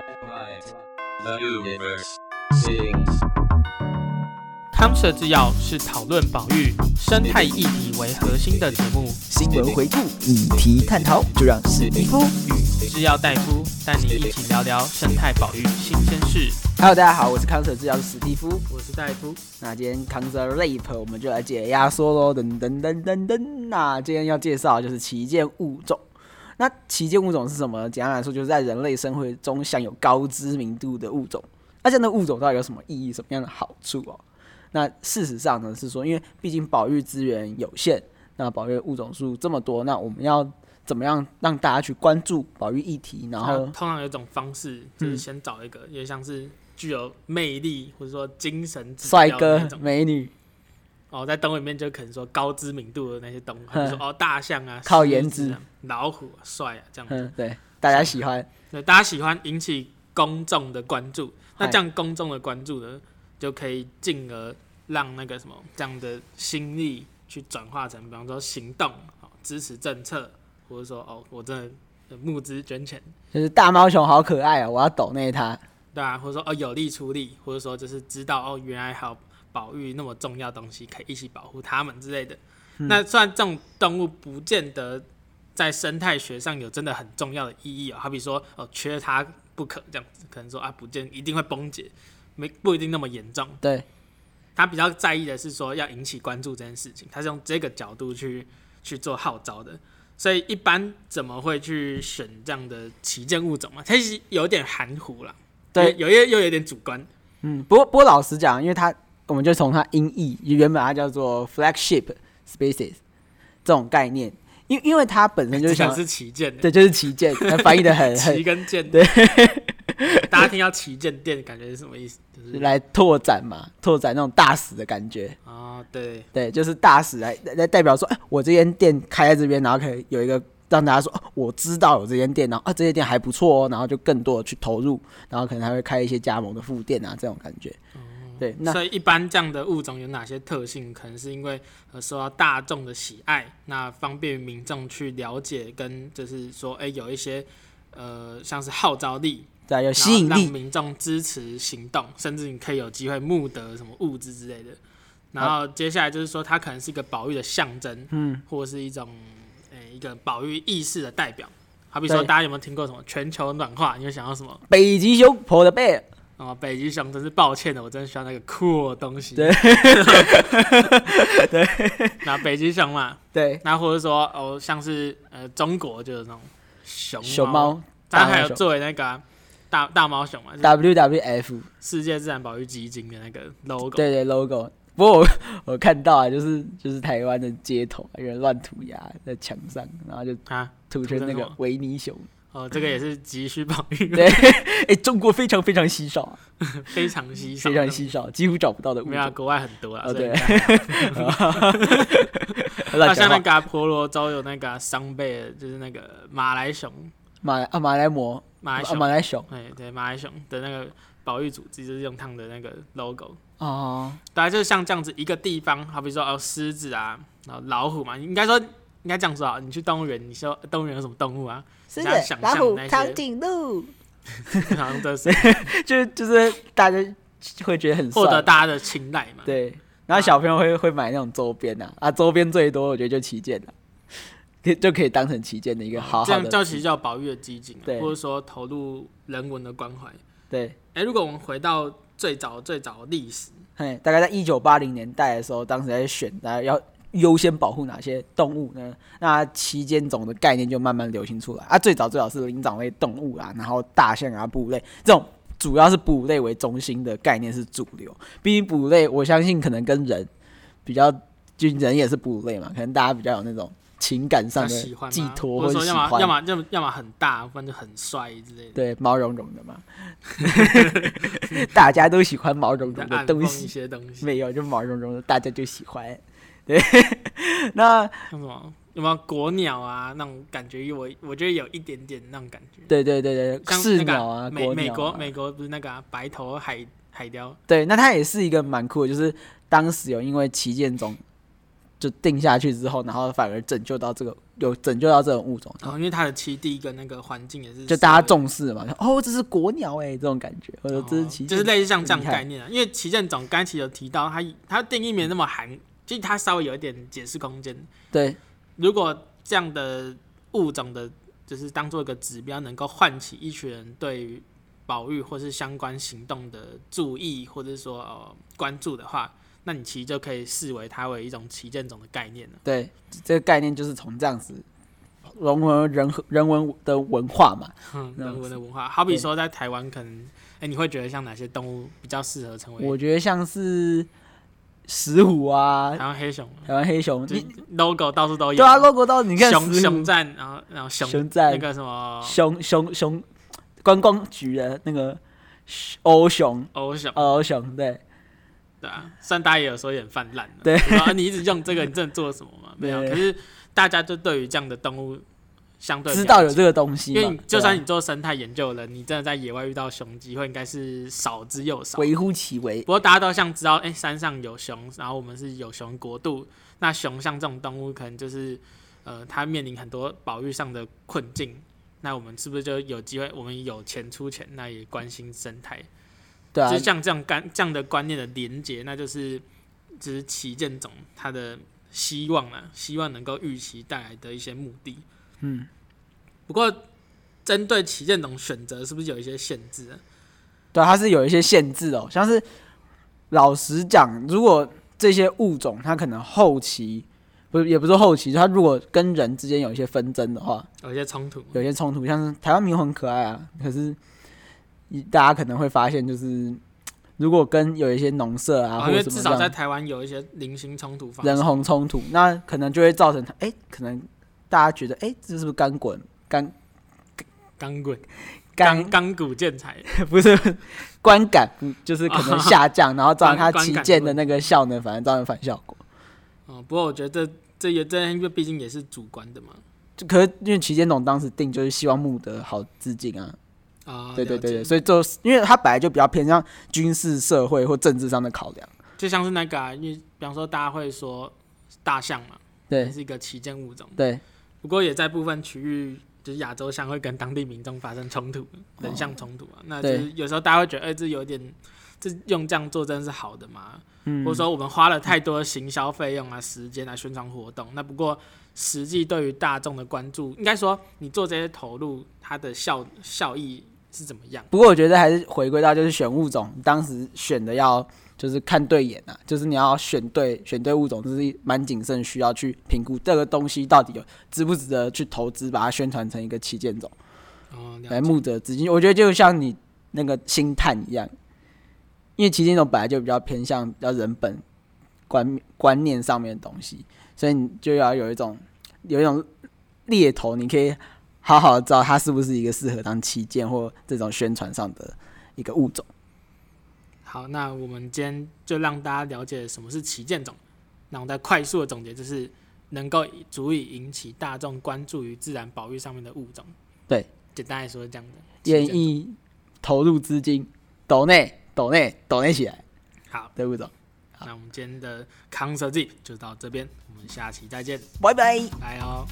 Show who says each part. Speaker 1: The universe sings.
Speaker 2: 康蛇制药是讨论保育、生态议题为核心的节目，
Speaker 3: 新闻回顾、议题探讨，就让史蒂夫。
Speaker 2: 与制药大夫带你一起聊聊生态保育新鲜事。
Speaker 3: Hello，大家好，我是康 Sir 制药的史蒂夫。
Speaker 2: 我是大夫，
Speaker 3: 那今天康 Sir Rap 我们就来解压缩喽，噔噔噔噔噔。那今天要介绍的就是旗舰物种。那旗舰物种是什么？简单来说，就是在人类社会中享有高知名度的物种。那这样的物种到底有什么意义？什么样的好处哦？那事实上呢，是说，因为毕竟保育资源有限，那保育物种数这么多，那我们要怎么样让大家去关注保育议题？然
Speaker 2: 它
Speaker 3: 后
Speaker 2: 通常有一种方式就是先找一个，也像是具有魅力或者说精神指
Speaker 3: 帅
Speaker 2: 标的
Speaker 3: 哥
Speaker 2: 那、种。
Speaker 3: 美女
Speaker 2: 哦，在动物里面就可能说高知名度的那些动物，
Speaker 3: 嗯
Speaker 2: 比如说哦大象啊，
Speaker 3: 靠
Speaker 2: 狮子
Speaker 3: 颜值
Speaker 2: 啊、老虎啊，帅啊这样子。
Speaker 3: 嗯，对，大家喜欢，
Speaker 2: 那大家喜欢引起公众的关注，那
Speaker 3: 嗨
Speaker 2: 这样公众的关注呢，就可以进而让那个什么这样的心力去转化成，比方说行动，哦、支持政策，或者说哦，我真的募资捐钱，
Speaker 3: 就是大猫熊好可爱啊、我要抖内它。
Speaker 2: 对啊，或者说哦有力出力，或者说就是知道哦原来还有保育那么重要的东西，可以一起保护它们之类的。那虽然这种动物不见得在生态学上有真的很重要的意义哦，好比说哦缺它不可这样子，可能说啊不见一定会崩解，没不一定那么严重。
Speaker 3: 对，
Speaker 2: 他比较在意的是说要引起关注这件事情，他是用这个角度去去做号召的。所以一般怎么会去选这样的旗舰物种嘛？它其实有点含糊啦，
Speaker 3: 对
Speaker 2: 有些又有点主观。
Speaker 3: 嗯，不过不过老实讲，因为它我们就从它音译，原本它叫做 flagship species 这种概念，因因为它本身
Speaker 2: 就
Speaker 3: 就
Speaker 2: 是想
Speaker 3: 想，
Speaker 2: 哎是旗舰的，
Speaker 3: 对，就是旗 舰，它翻译的很
Speaker 2: 旗
Speaker 3: 很
Speaker 2: 跟舰。
Speaker 3: 对，
Speaker 2: 大家听到旗舰店，感觉是什么意思？就是
Speaker 3: 来拓展嘛，拓展那种大使的感觉，
Speaker 2: 哦，对，
Speaker 3: 对，就是大使来来来代表说，哎、我这间店开在这边，然后可以有一个让大家说，哦我知道有这间店，然后啊这些店还不错哦，然后就更多的去投入，然后可能还会开一些加盟的副店啊这种感觉，
Speaker 2: 哦
Speaker 3: 对，那
Speaker 2: 所以一般这样的物种有哪些特性？可能是因为呃受到大众的喜爱，那方便民众去了解，跟就是说，哎、有一些呃像是号召力，
Speaker 3: 再有
Speaker 2: 然
Speaker 3: 吸
Speaker 2: 后
Speaker 3: 引
Speaker 2: 让
Speaker 3: 力，
Speaker 2: 民众支持行动，甚至你可以有机会募得什么物资之类的。然后接下来就是说，它可能是一个保育的象征，嗯，或是一种呃、一个保育意识的代表。好比说，
Speaker 3: 对
Speaker 2: 大家有没有听过什么全球暖化？你会想到什么？
Speaker 3: 北极熊婆的贝尔，
Speaker 2: 哦，北极熊真是抱歉的，我真的需要那个酷的东西。
Speaker 3: 对，
Speaker 2: 那北极熊嘛，
Speaker 3: 对，
Speaker 2: 那或者说哦，像是呃中国就有那种熊
Speaker 3: 熊猫，
Speaker 2: 它
Speaker 3: 大
Speaker 2: 还有
Speaker 3: 猫熊
Speaker 2: 作为那个啊、大大猫熊嘛，就是
Speaker 3: WWF
Speaker 2: 世界自然保育基金的那个 logo。
Speaker 3: 对对 logo。不过我我看到啊，就是就是台湾的街头有人乱涂鸦在墙上，然后就
Speaker 2: 啊，
Speaker 3: 涂成
Speaker 2: 涂
Speaker 3: 那
Speaker 2: 成什
Speaker 3: 个
Speaker 2: 么
Speaker 3: 维尼熊。
Speaker 2: 哦，这个也是急需保育，
Speaker 3: 对， 哎、中国非常非常稀少啊，
Speaker 2: 非常稀少，
Speaker 3: 非常稀少，几乎找不到的物
Speaker 2: 没有啊，
Speaker 3: 种。
Speaker 2: 国外很多啊。
Speaker 3: 哦，
Speaker 2: 所以
Speaker 3: 对，
Speaker 2: 应该还好那 像
Speaker 3: 乱
Speaker 2: 啊
Speaker 3: 讲
Speaker 2: 那
Speaker 3: 话。
Speaker 2: 个啊婆罗洲有那个啊桑贝尔，就是那个马来熊，
Speaker 3: 马来啊，马来貘，
Speaker 2: 马来
Speaker 3: 啊
Speaker 2: 熊，
Speaker 3: 马来熊
Speaker 2: 哎对对，马来熊的那个保育组织就是用他们的那个 logo。
Speaker 3: 哦，
Speaker 2: 对啊，就是像这样子一个地方，好比说哦狮子啊，然后老虎嘛，你应该说应该这样说啊，你去动物园，你说动物园有什么动物啊？
Speaker 3: 是
Speaker 2: 大家
Speaker 3: 的
Speaker 2: 想，
Speaker 3: 老
Speaker 2: 象
Speaker 3: 虎
Speaker 2: 那、些
Speaker 3: 长颈鹿，
Speaker 2: 然后就是
Speaker 3: 就就是大家会觉得很
Speaker 2: 获得
Speaker 3: 帅，
Speaker 2: 大家的青睐嘛。
Speaker 3: 对。然后小朋友会会买那种周边呐、啊，啊，周边最多我觉得就旗舰了，可以就可以当成旗舰的一个好
Speaker 2: 哦这
Speaker 3: 好
Speaker 2: 样
Speaker 3: 的，
Speaker 2: 叫其实叫保育的激进、啊，
Speaker 3: 对
Speaker 2: 或者说投入人文的关怀。
Speaker 3: 对，
Speaker 2: 哎、如果我们回到最早最早的历史，
Speaker 3: 嘿，大概在一九八零年代的时候，当时在选大家要优先保护哪些动物呢？那期间种的概念就慢慢流行出来啊。最早最早是灵长类动物啦，然后大象啊、哺乳类这种主要是哺乳类为中心的概念是主流。毕竟哺乳类，我相信可能跟人比较，就人也是哺乳类嘛，可能大家比较有那种情感上
Speaker 2: 他喜欢
Speaker 3: 的
Speaker 2: 吗
Speaker 3: 寄托
Speaker 2: 或者
Speaker 3: 者
Speaker 2: 说
Speaker 3: 喜
Speaker 2: 要么要
Speaker 3: 欢。
Speaker 2: 么要么要么很大，不然就很帅之类的。
Speaker 3: 对，毛茸茸 的嘛，大家都喜欢毛茸茸
Speaker 2: 再
Speaker 3: 的
Speaker 2: 暗
Speaker 3: 东
Speaker 2: 讽
Speaker 3: 西
Speaker 2: 一。些东西，
Speaker 3: 没有，就毛茸茸的，大家就喜欢。对， 那
Speaker 2: 像什么有没有国鸟啊那种感觉？我我觉得有一点点那种感觉。
Speaker 3: 对对对对，
Speaker 2: 像
Speaker 3: 是
Speaker 2: 那个
Speaker 3: 鸟啊，
Speaker 2: 美
Speaker 3: 国
Speaker 2: 美
Speaker 3: 鸟、
Speaker 2: 国
Speaker 3: 啊。
Speaker 2: 美国不是那个啊、白头海海雕，
Speaker 3: 对，那它也是一个蛮酷的，就是当时有因为旗舰种就定下去之后，然后反而拯救到这个有拯救到这种物种，
Speaker 2: 然后哦因为它的栖地跟那个环境也是
Speaker 3: 就大家重视嘛，就哦，这是国鸟哎、这种感觉，或者
Speaker 2: 哦
Speaker 3: 这是奇，
Speaker 2: 就是类似像这样
Speaker 3: 厉害
Speaker 2: 概念啊。因为旗舰种刚才其实有提到，它它定义没那么含，就是它稍微有一点解释空间。
Speaker 3: 对
Speaker 2: 如果这样的物种的，就是当做一个指标，能够唤起一群人对于保育或是相关行动的注意，或者说、呃、关注的话，那你其实就可以视为它为一种旗舰种的概 念了。
Speaker 3: 对，这个概念就是从这样子融合人和人文的文化嘛，
Speaker 2: 嗯，
Speaker 3: 这样
Speaker 2: 人文
Speaker 3: 子
Speaker 2: 的文化，好比
Speaker 3: 对
Speaker 2: 说在台湾，可能哎、你会觉得像哪些动物比较适合成为
Speaker 3: 我觉得像是石虎啊，
Speaker 2: 台湾黑熊？
Speaker 3: 台湾黑熊，
Speaker 2: 就
Speaker 3: 你
Speaker 2: logo 到处都有，
Speaker 3: 对啊，logo 到你看
Speaker 2: 熊
Speaker 3: 石
Speaker 2: 熊
Speaker 3: 虎
Speaker 2: 站，然后然后熊
Speaker 3: 熊站
Speaker 2: 那个什么
Speaker 3: 熊熊熊观光局的那个欧熊，
Speaker 2: 欧哦熊，
Speaker 3: 欧熊对。
Speaker 2: 对啊，虽然大家也有时候有点泛滥了，
Speaker 3: 对
Speaker 2: 就说，啊你一直用这个，你真的做了什么 吗？没有，
Speaker 3: 对
Speaker 2: 可是大家就对于这样的动物相对
Speaker 3: 知道
Speaker 2: 了
Speaker 3: 有
Speaker 2: 解。
Speaker 3: 这个东西
Speaker 2: 因
Speaker 3: 嘛，
Speaker 2: 为你就
Speaker 3: 对啊
Speaker 2: 算你做生态研究了，你真的在野外遇到熊机会应该是少之又少。
Speaker 3: 微乎其微
Speaker 2: 不，过大家都像知道，哎、山上有熊，然后我们是有熊国度。那熊像这种动物，可能就是呃，它面临很多保育上的困境。那我们是不是就有机会？我们有钱出钱，那也关心生态，
Speaker 3: 对啊
Speaker 2: 就，像这样干这样的观念的连接，那就是只是旗舰种它的希望啊，希望能够预期带来的一些目的。
Speaker 3: 嗯，
Speaker 2: 不过针对旗舰种选择，是不是有一些限制、啊？
Speaker 3: 对啊，它是有一些限制哦，像是老实讲，如果这些物种它可能后期不是也不是后期，它如果跟人之间有一些纷争的话，
Speaker 2: 有一些冲突？
Speaker 3: 有一些冲突，像是台湾猕猴很可爱啊，可是一大家可能会发现，就是如果跟有一些农舍啊，
Speaker 2: 哦
Speaker 3: 或
Speaker 2: 因为
Speaker 3: 者什
Speaker 2: 至
Speaker 3: 么
Speaker 2: 少
Speaker 3: 这
Speaker 2: 在
Speaker 3: 样
Speaker 2: 台湾有一些零星冲突发生。
Speaker 3: 人红冲突，那可能就会造成它，哎，可能大家觉得，哎，这是不是干滚干
Speaker 2: 钢棍、
Speaker 3: 干
Speaker 2: 钢钢骨建材，
Speaker 3: 不是 观感，不就是可能下 降，然后造成它
Speaker 2: 观
Speaker 3: 旗
Speaker 2: 观感
Speaker 3: 舰的那个效能，反而造成反效果。
Speaker 2: 嗯，不过我觉得这这也这因为毕竟也是主观的嘛，
Speaker 3: 就可是因为旗舰董当时定就是希望募得好致敬啊，
Speaker 2: 啊，
Speaker 3: 对对对对，
Speaker 2: 了解，
Speaker 3: 所以就是因为它本来就比较偏向军事、社会或政治上的考量，
Speaker 2: 就像是那个、啊，因为比方说大家会说大象嘛，也
Speaker 3: 对
Speaker 2: 是一个旗舰物种，
Speaker 3: 对，
Speaker 2: 不过也在部分区域，就是亚洲象会跟当地民众发生冲突，人象冲突啊，那就
Speaker 3: 哦对
Speaker 2: 是有时候大家会觉得，哎、这有点。这用这样做真的是好的吗？
Speaker 3: 嗯
Speaker 2: 或者说我们花了太多的行销费用啊、时间啊、宣传活动，那不过实际对于大众的关注，应该说你做这些投入，它的效效益是怎么样？
Speaker 3: 不过我觉得还是回归到就是选物种，当时选的要就是看对眼啊，就是你要选对选对物种，这是蛮谨慎，需要去评估这个东西到底有值不值得去投资，把它宣传成一个旗舰种。
Speaker 2: 哦，了解
Speaker 3: 来募得资金。我觉得就像你那个星探一样，因为旗舰种本来就比较偏向比较人本观观念上面的东西，所以你就要有一种有一种猎头，你可以好好的知道它是不是一个适合当旗舰或这种宣传上的一个物种。
Speaker 2: 好，那我们今天就让大家了解什么是旗舰种，那我再快速的总结，就是能够足以引起大众关注于自然保育上面的物种。
Speaker 3: 对，
Speaker 2: 简单来说是这样的。
Speaker 3: 愿
Speaker 2: 旗舰种
Speaker 3: 意投入资金，抖内抖内抖内起来
Speaker 2: 好，
Speaker 3: 的物种。
Speaker 2: 嗯那我们今天的康设计就到这边，我们下期再见，
Speaker 3: 拜拜。
Speaker 2: 拜哦。